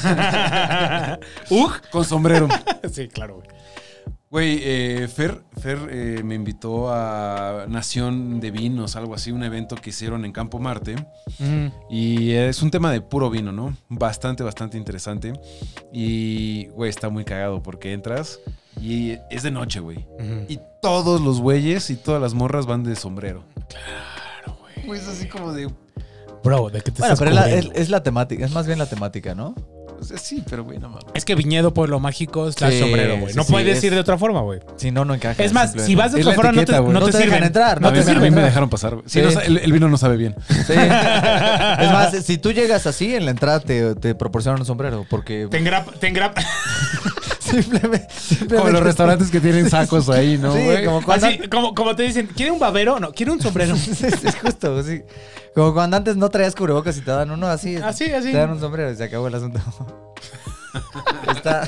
Speaker 3: Uj.
Speaker 2: [LAUGHS]
Speaker 3: [LAUGHS]
Speaker 2: Con sombrero.
Speaker 3: Sí, claro, güey.
Speaker 2: [LAUGHS] Güey, eh, Fer, Fer eh, me invitó a Nación de Vinos, algo así, un evento que hicieron en Campo Marte.
Speaker 4: Mm.
Speaker 2: Y es un tema de puro vino, ¿no? Bastante, bastante interesante. Y, güey, está muy cagado porque entras y es de noche, güey. Y todos los güeyes y todas las morras van de sombrero. Claro, güey. Pues así como de...
Speaker 5: Bro, ¿de qué te
Speaker 4: Bueno,
Speaker 5: estás
Speaker 4: pero es la, es,
Speaker 5: cubriendo?
Speaker 4: es la temática, es más bien la temática, ¿no?
Speaker 2: o sea, sí, pero güey, no mames.
Speaker 3: Es que viñedo, pueblo mágico, slash
Speaker 4: Sí,
Speaker 3: sombrero, güey.
Speaker 4: sí,
Speaker 3: No
Speaker 4: sí,
Speaker 3: puedes
Speaker 4: es-
Speaker 3: ir de otra forma, güey.
Speaker 4: Si no, no encaja.
Speaker 3: Es más,
Speaker 4: simplemente.
Speaker 3: si vas de
Speaker 2: Es la
Speaker 3: otra forma, no
Speaker 2: etiqueta,
Speaker 3: te,
Speaker 2: güey.
Speaker 3: no
Speaker 4: No
Speaker 3: te
Speaker 4: te dejan
Speaker 3: sirven.
Speaker 4: entrar,
Speaker 3: No
Speaker 2: A
Speaker 3: te
Speaker 2: mí me- A
Speaker 3: sirven.
Speaker 2: mí me
Speaker 3: [LAUGHS]
Speaker 2: dejaron pasar, güey. Sí,
Speaker 4: Sí.
Speaker 2: no sa- el, el vino no sabe bien.
Speaker 4: Sí. es más, eh, si tú llegas así, en la entrada te, te proporcionan un sombrero, porque
Speaker 3: Te engrapa, te engrapa.
Speaker 4: [LAUGHS] simplemente, simplemente-
Speaker 2: Como los restaurantes
Speaker 4: [LAUGHS]
Speaker 2: que tienen sacos ahí, ¿no,
Speaker 4: Sí,
Speaker 2: güey?
Speaker 4: como cuando,
Speaker 3: [LAUGHS] Así, como, como te dicen, ¿quiere un babero? No, quiere
Speaker 4: [LAUGHS]
Speaker 3: un sombrero.
Speaker 4: Sí, sí, es justo, sí. Como cuando antes no traías cubrebocas y te daban uno así.
Speaker 3: Así, así.
Speaker 4: Te dan un sombrero y se acabó el
Speaker 3: [LAUGHS]
Speaker 4: asunto. Está.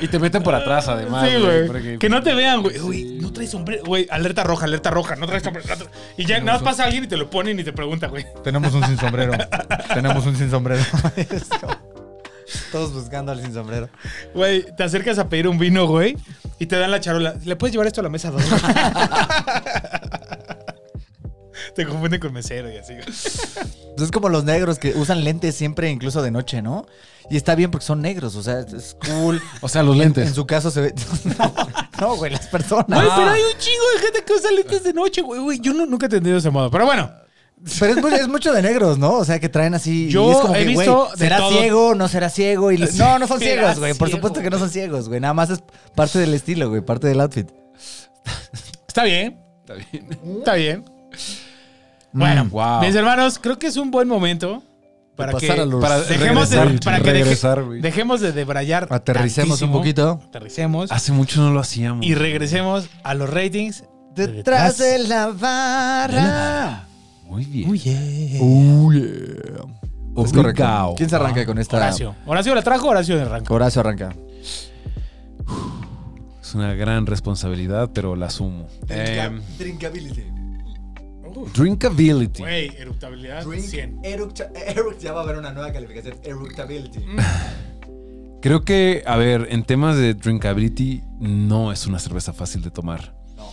Speaker 2: Y te meten por atrás, además.
Speaker 3: sí, güey.
Speaker 2: porque-
Speaker 3: Que no te vean, güey. Uy, no traes sombrero. Güey, alerta roja, alerta roja. No traes sombrero. no tra- Y ya nada más pasa alguien y te lo ponen y te pregunta, güey.
Speaker 4: Tenemos un sin sombrero. Tenemos un sin [LAUGHS] sombrero. Todos buscando al sin sombrero.
Speaker 3: Güey, te acercas a pedir un vino, güey. Y te dan la charola. ¿Le puedes llevar esto a la mesa, dos? [LAUGHS] te confunden con mesero y así. güey.
Speaker 4: Pues es como los negros que usan lentes siempre, incluso de noche, ¿no? Y está bien porque son negros, o sea, es cool.
Speaker 2: O sea, los lentes.
Speaker 4: En su caso se ve. [LAUGHS] No, no, güey, las personas.
Speaker 3: Güey, pero hay un chingo de gente que usa lentes de noche, güey. güey. Yo no- nunca he entendido ese modo. Pero bueno,
Speaker 4: Ah, Pero es, mu- es mucho de negros, ¿no? O sea, que traen así. y
Speaker 3: Yo
Speaker 4: es como
Speaker 3: he
Speaker 4: que, güey,
Speaker 3: visto de
Speaker 4: ¿Será
Speaker 3: todo.
Speaker 4: ciego? ¿No será ciego? Y
Speaker 3: [LAUGHS]
Speaker 4: lo- no, no son
Speaker 3: Será
Speaker 4: ciegos, güey. Por
Speaker 3: ciego,
Speaker 4: supuesto que no son ciegos, güey. Nada más es parte del estilo, güey. Parte del outfit.
Speaker 3: está bien.
Speaker 2: Está bien.
Speaker 3: Está bien. Bueno,
Speaker 2: wow.
Speaker 3: mis hermanos, creo que es un buen momento para que
Speaker 5: pasar a los-
Speaker 3: para- dejemos de-
Speaker 5: regresar,
Speaker 3: para que deje-
Speaker 2: regresar, güey.
Speaker 3: dejemos de debrayar.
Speaker 4: Aterricemos
Speaker 3: tantísimo.
Speaker 4: un poquito.
Speaker 3: Aterricemos
Speaker 2: Hace mucho no lo hacíamos.
Speaker 3: y regresemos a los ratings.
Speaker 4: Detrás de la barra.
Speaker 2: Muy bien. eh.
Speaker 4: Es correcto. ¿Quién se arranca con esta?
Speaker 3: Ah, Horacio. Horacio la trajo, Horacio de arranco.
Speaker 4: Horacio arranca.
Speaker 2: Es una gran responsabilidad, pero la asumo. Em,
Speaker 4: Drinkability.
Speaker 2: drinkability.
Speaker 3: Güey, eruptabilidad 100.
Speaker 4: [LAUGHS] ya va a haber una nueva calificación. Eructability.
Speaker 2: Creo que, a ver, en temas de drinkability, no es una cerveza fácil de tomar.
Speaker 4: No.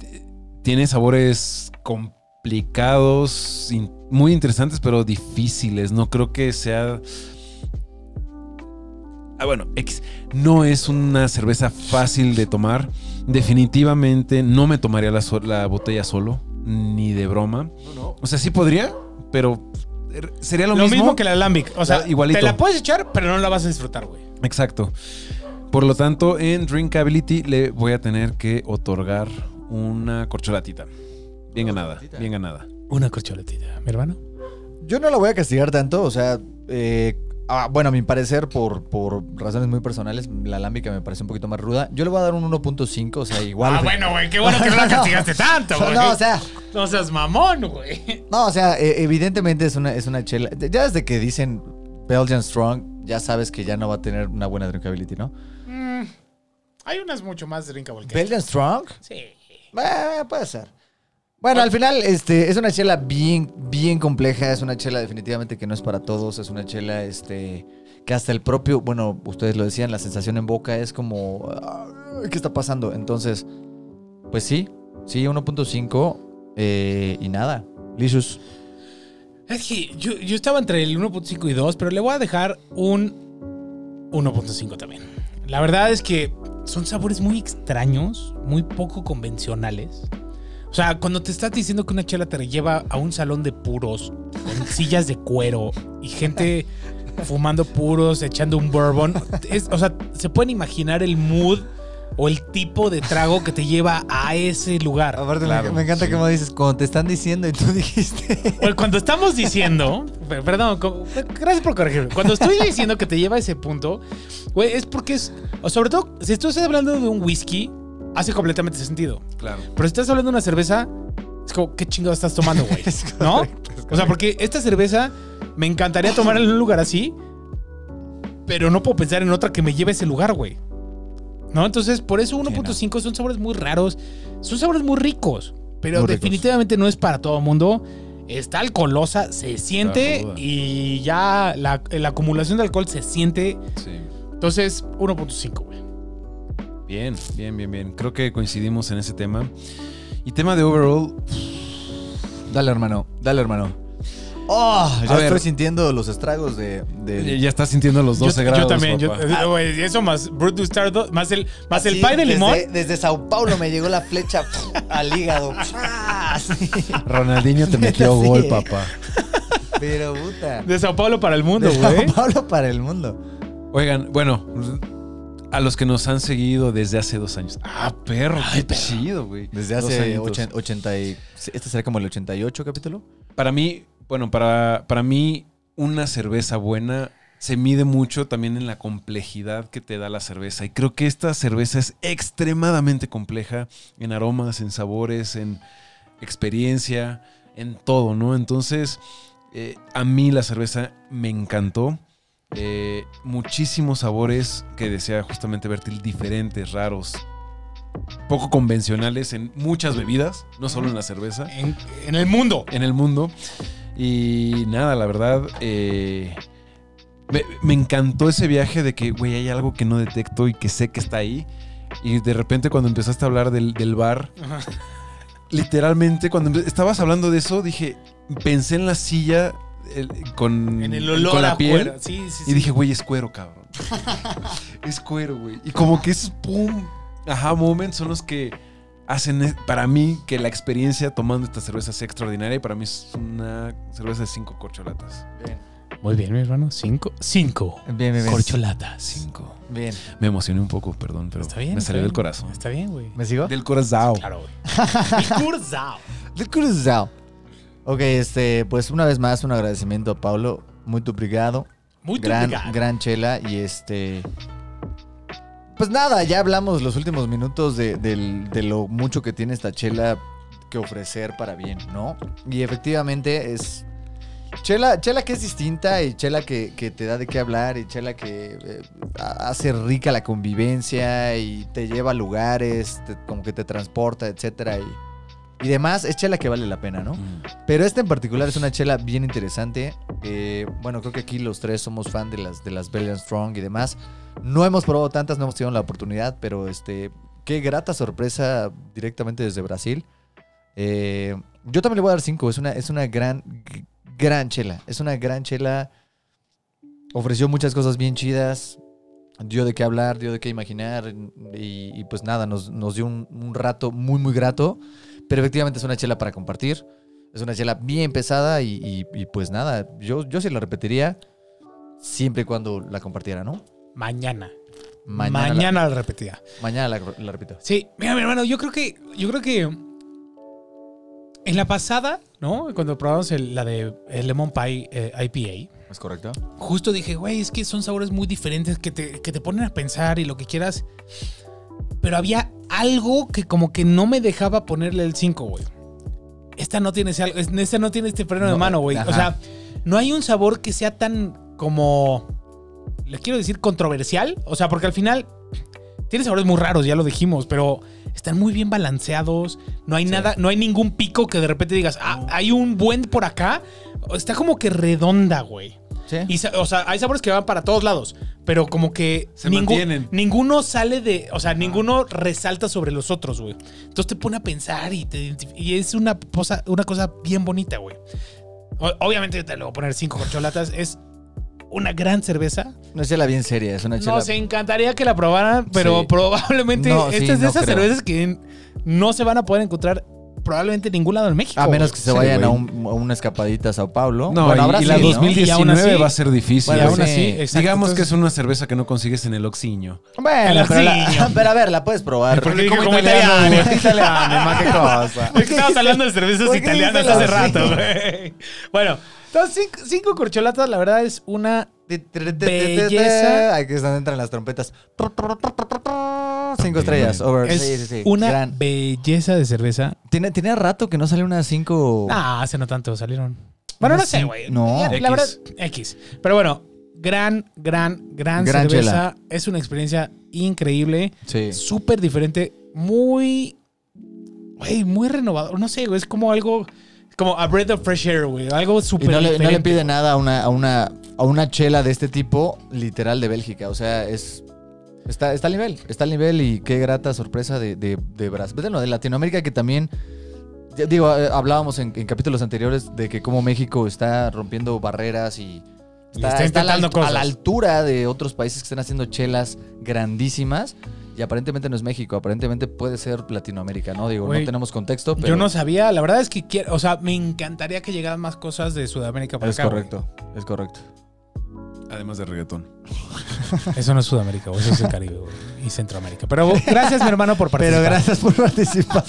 Speaker 2: T- Tiene sabores complicados, in- muy interesantes, pero difíciles. No creo que sea. Ah, bueno, X. No es una cerveza fácil de tomar. Definitivamente no me tomaría la, so- la botella solo, ni de broma. O sea, sí podría, pero er, sería lo,
Speaker 3: Lo mismo que la Alambic. O sea,
Speaker 2: La- igualito.
Speaker 3: te la puedes echar, pero no la vas a disfrutar, güey.
Speaker 2: Exacto. Por lo tanto, en Drinkability le voy a tener que otorgar una corcholatita. Bien ganada, bien ganada.
Speaker 3: Una corcholetita, mi hermano.
Speaker 4: Yo no la voy a castigar tanto, o sea, eh, ah, bueno, a mi parecer, por, por razones muy personales, la lámbica me parece un poquito más ruda. Yo le voy a dar un 1.5, o sea, igual.
Speaker 3: Ah, bueno, güey, qué bueno que no la castigaste tanto, güey.
Speaker 4: No, o sea,
Speaker 3: No seas mamón, güey.
Speaker 4: no, o sea, eh, evidentemente es una, es una chela. Ya desde que dicen Belgian Strong, ya sabes que ya no va a tener una buena drinkability, ¿no?
Speaker 3: Mm, hay unas mucho más drinkable que
Speaker 4: Belgian Strong,
Speaker 3: Sí.
Speaker 4: Eh, puede ser. Bueno, al final, este, es una chela bien, bien compleja. Es una chela definitivamente que no es para todos. Es una chela, este, que hasta el propio, bueno, ustedes lo decían, la sensación en boca es como, "Ah, ¿qué está pasando? Entonces, pues sí, sí, 1.5 eh, y nada. Licious.
Speaker 3: Es que yo, yo estaba entre el 1.5 y 2, pero le voy a dejar un 1.5 también. La verdad es que son sabores muy extraños, muy poco convencionales. O sea, cuando te estás diciendo que una chela te lleva a un salón de puros, con [LAUGHS] sillas de cuero y gente fumando puros, echando un bourbon, es- o sea, se pueden imaginar el mood o el tipo de trago que te lleva a ese lugar.
Speaker 4: Aparte,
Speaker 2: me- Claro, me encanta sí. cómo
Speaker 4: dices, cuando te están diciendo y tú [LAUGHS] dijiste.
Speaker 3: Oye, cuando estamos diciendo, per- perdón, co- gracias por corregirme. Cuando estoy diciendo que te lleva a ese punto, güey, es porque es, o sobre todo, si tú estás hablando de un whisky, hace completamente sentido.
Speaker 2: Claro.
Speaker 3: Pero si estás hablando de una cerveza, es como, ¿qué chingado estás tomando, güey? ¿No? O sea, porque esta cerveza me encantaría tomarla en un lugar así, pero no puedo pensar en otra que me lleve a ese lugar, güey. ¿No? Entonces, por eso 1.5 son sabores muy raros, son sabores muy ricos, pero
Speaker 4: Muy ricos.
Speaker 3: definitivamente no es para todo mundo. Está alcoholosa, se siente
Speaker 2: duda.
Speaker 3: y ya la, la acumulación de alcohol se siente.
Speaker 2: Sí.
Speaker 3: Entonces, 1.5, güey.
Speaker 2: Bien, bien, bien, bien. Creo que coincidimos en ese tema. Y tema de overall,
Speaker 4: Dale, hermano. Dale, hermano. Oh,
Speaker 2: A
Speaker 4: ya
Speaker 2: ver.
Speaker 4: estoy sintiendo los estragos de. de-
Speaker 2: Eh, ya estás sintiendo los 12
Speaker 3: yo,
Speaker 2: grados.
Speaker 3: yo también. yo-
Speaker 2: papá.
Speaker 3: güey, eso más Brutus Tardo, más el, más el
Speaker 4: Sí,
Speaker 3: pie de limón.
Speaker 4: Desde, desde Sao Paulo me llegó la flecha al hígado. Sí.
Speaker 2: Ronaldinho te
Speaker 4: Neta,
Speaker 2: metió
Speaker 4: sí.
Speaker 2: gol, papá.
Speaker 4: Pero puta.
Speaker 3: De Sao Paulo para el mundo,
Speaker 4: De
Speaker 3: güey.
Speaker 4: Sao Paulo para el mundo.
Speaker 2: Oigan, bueno, a los que nos han seguido desde hace dos años. Ah, perro, qué chido, güey.
Speaker 4: Desde
Speaker 2: Dos
Speaker 4: hace
Speaker 2: añitos.
Speaker 4: 80, y. Este será como el 88 capítulo.
Speaker 2: Para mí, bueno, para, para mí, una cerveza buena se mide mucho también en la complejidad que te da la cerveza. Y creo que esta cerveza es extremadamente compleja en aromas, en sabores, en experiencia, en todo, ¿no? Entonces, eh, a mí la cerveza me encantó. Eh, muchísimos sabores que desea justamente Bertil, diferentes, raros, poco convencionales en muchas bebidas, no solo en la cerveza
Speaker 3: En, en el mundo.
Speaker 2: en el mundo. Y nada, la verdad, eh, me, me encantó ese viaje de que, güey, hay algo que no detecto y que sé que está ahí. Y de repente cuando empezaste a hablar del, del bar,
Speaker 3: Ajá.
Speaker 2: literalmente cuando empe- estabas hablando de eso, dije, pensé en la silla el- con,
Speaker 3: En el olor
Speaker 2: con
Speaker 3: a
Speaker 2: la piel.
Speaker 3: cuero. Sí, sí, sí.
Speaker 2: Y dije, güey, es cuero, cabrón. es cuero, güey. Y como que esos pum, ajá, moments son los que hacen eh, para mí que la experiencia tomando esta cerveza sea extraordinaria. Y para mí es una cerveza de cinco corcholatas.
Speaker 5: Muy bien, mi hermano. Cinco. Cinco.
Speaker 4: Bien, bien, bien.
Speaker 5: Corcholatas.
Speaker 2: Cinco.
Speaker 4: Bien.
Speaker 2: Me emocioné un poco, perdón, pero
Speaker 5: Está bien,
Speaker 2: me
Speaker 5: está
Speaker 2: salió
Speaker 5: bien.
Speaker 2: del corazón.
Speaker 5: Está bien, güey.
Speaker 4: ¿Me sigo?
Speaker 2: Del corazón.
Speaker 5: Claro, güey.
Speaker 3: [LAUGHS]
Speaker 4: Del cruzado. Ok, este, pues una vez más un agradecimiento a Pablo. Muy obrigado.
Speaker 3: Muy
Speaker 4: gran,
Speaker 3: complicado.
Speaker 4: gran chela y este... Pues nada, ya hablamos los últimos minutos de, del- de lo mucho que tiene esta chela que ofrecer para bien, ¿no? Y efectivamente es... Chela, chela que es distinta y chela que, que te da de qué hablar y chela que eh, ha- hace rica la convivencia y te lleva a lugares, te- como que te transporta, etcétera y, y demás. Es chela que vale la pena, ¿no?
Speaker 2: Mm.
Speaker 4: Pero esta en particular es una chela bien interesante. Eh, bueno, creo que aquí los tres somos fan de las, de las Belgian Strong y demás. No hemos probado tantas, no hemos tenido la oportunidad, pero este, qué grata sorpresa directamente desde Brasil. Eh, yo también le voy a dar cinco. Es una, es una gran, g- gran chela. Es una gran chela. Ofreció muchas cosas bien chidas. Dio de qué hablar, dio de qué imaginar. Y, y pues nada, nos, nos dio un, un rato muy, muy grato. Pero efectivamente es una chela para compartir. Es una chela bien pesada y, y- y pues nada, yo, yo sí la repetiría siempre y cuando la compartiera, ¿no?
Speaker 3: Mañana.
Speaker 4: la-
Speaker 3: Mañana, la repetida.
Speaker 4: mañana la, la repito.
Speaker 3: Sí, mira, mi hermano, yo creo que. Yo creo que. En la pasada, ¿no? Cuando probamos el- la de el Lemon Pie eh, IPA.
Speaker 4: ¿Es correcto?
Speaker 3: justo dije, güey, es que son sabores muy diferentes que te, que te ponen a pensar y lo que quieras. Pero había algo que como que no me dejaba ponerle el 5, güey. Esta no tiene ese algo, es- esta no tiene este freno de
Speaker 4: No,
Speaker 3: mano, güey. O
Speaker 4: ajá.
Speaker 3: sea, no hay un sabor que sea tan como, le quiero decir, controversial. O sea, porque al final tiene sabores muy raros, ya lo dijimos, pero están muy bien balanceados. No hay nada, no hay ningún pico que de repente digas, ah, hay un buen por acá. Está como que redonda, güey.
Speaker 4: Sí.
Speaker 3: Y sa- o sea, hay sabores que van para todos lados, pero como que
Speaker 2: Se mantienen.
Speaker 3: ninguno sale de, o sea, ninguno resalta sobre los otros, güey. Entonces te pone a pensar y te identif- y es una cosa, una cosa bien bonita, güey. O- Obviamente yo te le voy a poner cinco corcholatas, es una gran cerveza.
Speaker 4: Una chela bien seria, es una chela...
Speaker 3: Nos encantaría que la probaran, pero
Speaker 4: Sí.
Speaker 3: probablemente
Speaker 4: No, sí,
Speaker 3: esta es de
Speaker 4: no
Speaker 3: esas
Speaker 4: creo.
Speaker 3: cervezas que n- no se van a poder encontrar probablemente en ningún lado en México.
Speaker 4: a menos
Speaker 3: güey.
Speaker 4: que se
Speaker 2: Sí,
Speaker 4: vayan a,
Speaker 2: güey.
Speaker 4: un- a una escapadita a Sao Paulo.
Speaker 2: No, y, y
Speaker 4: sí,
Speaker 2: la
Speaker 4: ¿no?
Speaker 2: 2019
Speaker 3: Y aún así-
Speaker 2: va a ser difícil.
Speaker 3: Y
Speaker 4: Bueno,
Speaker 3: aún
Speaker 4: sí.
Speaker 3: así, exacto,
Speaker 2: Digamos que
Speaker 3: entonces-
Speaker 2: es una cerveza que no consigues en el Oxiño.
Speaker 4: Bueno,
Speaker 2: [LAUGHS]
Speaker 3: El
Speaker 4: pero,
Speaker 3: oxiño.
Speaker 4: la, [LAUGHS] pero a ver, la puedes probar.
Speaker 3: Porque como italiano,
Speaker 4: güey. italiano, ma,
Speaker 3: [LAUGHS]
Speaker 4: qué cosa.
Speaker 3: Es
Speaker 4: [LAUGHS]
Speaker 3: que estabas hablando de cervezas
Speaker 4: ¿Por qué
Speaker 3: italianas
Speaker 4: dices
Speaker 3: hace
Speaker 4: así?
Speaker 3: rato, güey. Bueno, entonces cinco, cinco corcholatas, la verdad es una. Belleza.
Speaker 4: Aquí es donde entran las trompetas. Cinco estrellas, over.
Speaker 3: Es
Speaker 4: sí, sí, sí.
Speaker 3: una
Speaker 4: Gran.
Speaker 3: belleza de cerveza.
Speaker 4: Tiene, tenía rato que no sale una cinco...
Speaker 3: Ah, hace no tanto salieron. Bueno,
Speaker 4: No
Speaker 3: no sé,
Speaker 4: sé,
Speaker 3: güey.
Speaker 4: no.
Speaker 3: Ya, La
Speaker 2: X.
Speaker 3: verdad, X. Pero bueno, gran, gran, gran,
Speaker 4: Gran
Speaker 3: cerveza. Es una experiencia increíble.
Speaker 4: Sí.
Speaker 3: súper diferente, muy, güey, muy renovador. No sé, güey, es como algo, como a breath of fresh air, güey, algo
Speaker 4: Y
Speaker 3: súper
Speaker 4: no le, no le
Speaker 3: diferente.
Speaker 4: pide nada a una, a, una, a una chela de este tipo, literal de Bélgica. O sea, es Está, está al nivel, está al nivel y qué grata sorpresa de, de, de Brasil. Bueno, de Latinoamérica que también, ya digo, eh, hablábamos en, en capítulos anteriores de que cómo México está rompiendo barreras y
Speaker 3: Y está
Speaker 4: a la
Speaker 3: intentando
Speaker 4: alt- a, la,
Speaker 3: cosas.
Speaker 4: altura de otros países que están haciendo chelas grandísimas. Y aparentemente no es México, aparentemente puede ser Latinoamérica, ¿no? Digo,
Speaker 3: Güey,
Speaker 4: no tenemos contexto, pero
Speaker 3: Yo no sabía, la verdad es que quiero, o sea, me encantaría que llegaran más cosas de Sudamérica para
Speaker 4: es
Speaker 3: acá. güey.
Speaker 4: correcto, es correcto.
Speaker 2: Además de reggaetón.
Speaker 3: [LAUGHS] Eso no es Sudamérica, güey, eso es el Caribe güey, y Centroamérica. Pero gracias, mi hermano, por participar.
Speaker 4: Pero gracias por [LAUGHS] participar.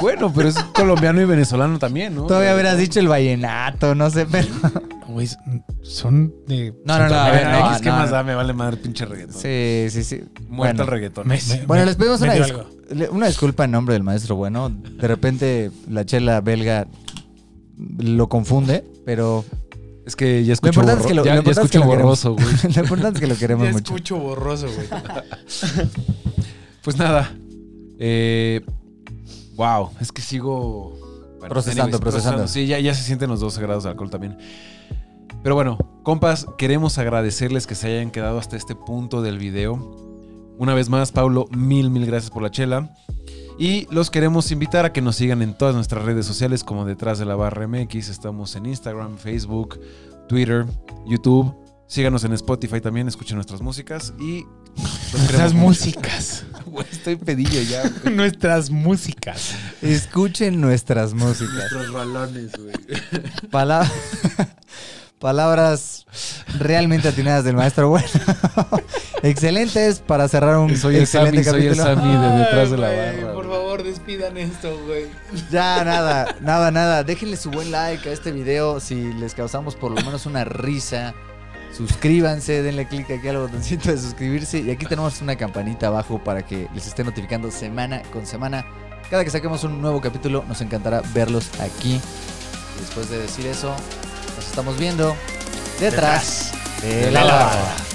Speaker 2: Bueno, pero es colombiano y venezolano también, ¿no?
Speaker 4: Todavía hubieras dicho el vallenato, no sé, pero...
Speaker 3: Güey, son de.
Speaker 4: No, no, no, a
Speaker 2: A
Speaker 4: ver,
Speaker 2: ver,
Speaker 4: "Ah, no,
Speaker 2: ¿qué
Speaker 4: no,
Speaker 2: más
Speaker 4: no.
Speaker 2: da? Me vale madre pinche reggaetón.
Speaker 4: Sí, sí, sí.
Speaker 2: Muerto
Speaker 4: Bueno.
Speaker 2: el reggaetón.
Speaker 3: Me- me-
Speaker 4: Bueno,
Speaker 3: me-
Speaker 4: les pedimos
Speaker 3: me
Speaker 4: una,
Speaker 3: dio
Speaker 4: dis-
Speaker 3: algo.
Speaker 4: le- una disculpa en nombre del maestro bueno. De repente la chela belga lo confunde, pero
Speaker 2: Es que ya
Speaker 4: lo
Speaker 2: escucho,
Speaker 4: importante es que lo,
Speaker 2: borro- ya-
Speaker 4: lo
Speaker 2: ya
Speaker 4: importante es que
Speaker 2: escucho
Speaker 4: lo
Speaker 2: borroso, güey.
Speaker 4: queremos. [LAUGHS] Lo importante es que lo queremos mucho.
Speaker 5: borroso, güey.
Speaker 2: Pues nada. Eh, wow, es que sigo bueno,
Speaker 4: Procesando, procesando.
Speaker 2: Sí, ya, ya se sienten los 12 grados de alcohol también. Pero bueno, compas, queremos agradecerles que se hayan quedado hasta este punto del video. Una vez más, Pablo, mil, mil gracias por la chela. Y los queremos invitar a que nos sigan en todas nuestras redes sociales como detrás de la barra MX. Estamos en Instagram, Facebook, Twitter, YouTube. Síganos en Spotify también, escuchen nuestras músicas y... los
Speaker 3: Nuestras
Speaker 2: queremos mucho.
Speaker 3: músicas. [LAUGHS]
Speaker 2: Güey, estoy pedillo ya. güey.
Speaker 3: Nuestras músicas.
Speaker 4: Escuchen nuestras músicas.
Speaker 2: Nuestros balones, güey.
Speaker 4: Pala- [LAUGHS] Palabras realmente atinadas del maestro bueno. [LAUGHS] Excelentes para cerrar un
Speaker 2: Soy el
Speaker 4: excelente
Speaker 2: Sammy, soy el
Speaker 4: capítulo.
Speaker 2: Sammy de detrás de la barra. güey.
Speaker 5: favor, despidan esto, güey.
Speaker 4: Ya, nada, nada, nada. Déjenle su buen like a este video si les causamos por lo menos una risa. Suscríbanse, denle click aquí al botoncito de suscribirse. Y aquí tenemos una campanita abajo para que les esté notificando semana con semana. Cada que saquemos un nuevo capítulo, nos encantará verlos aquí. Y después de decir eso, nos estamos viendo detrás, de la, barra.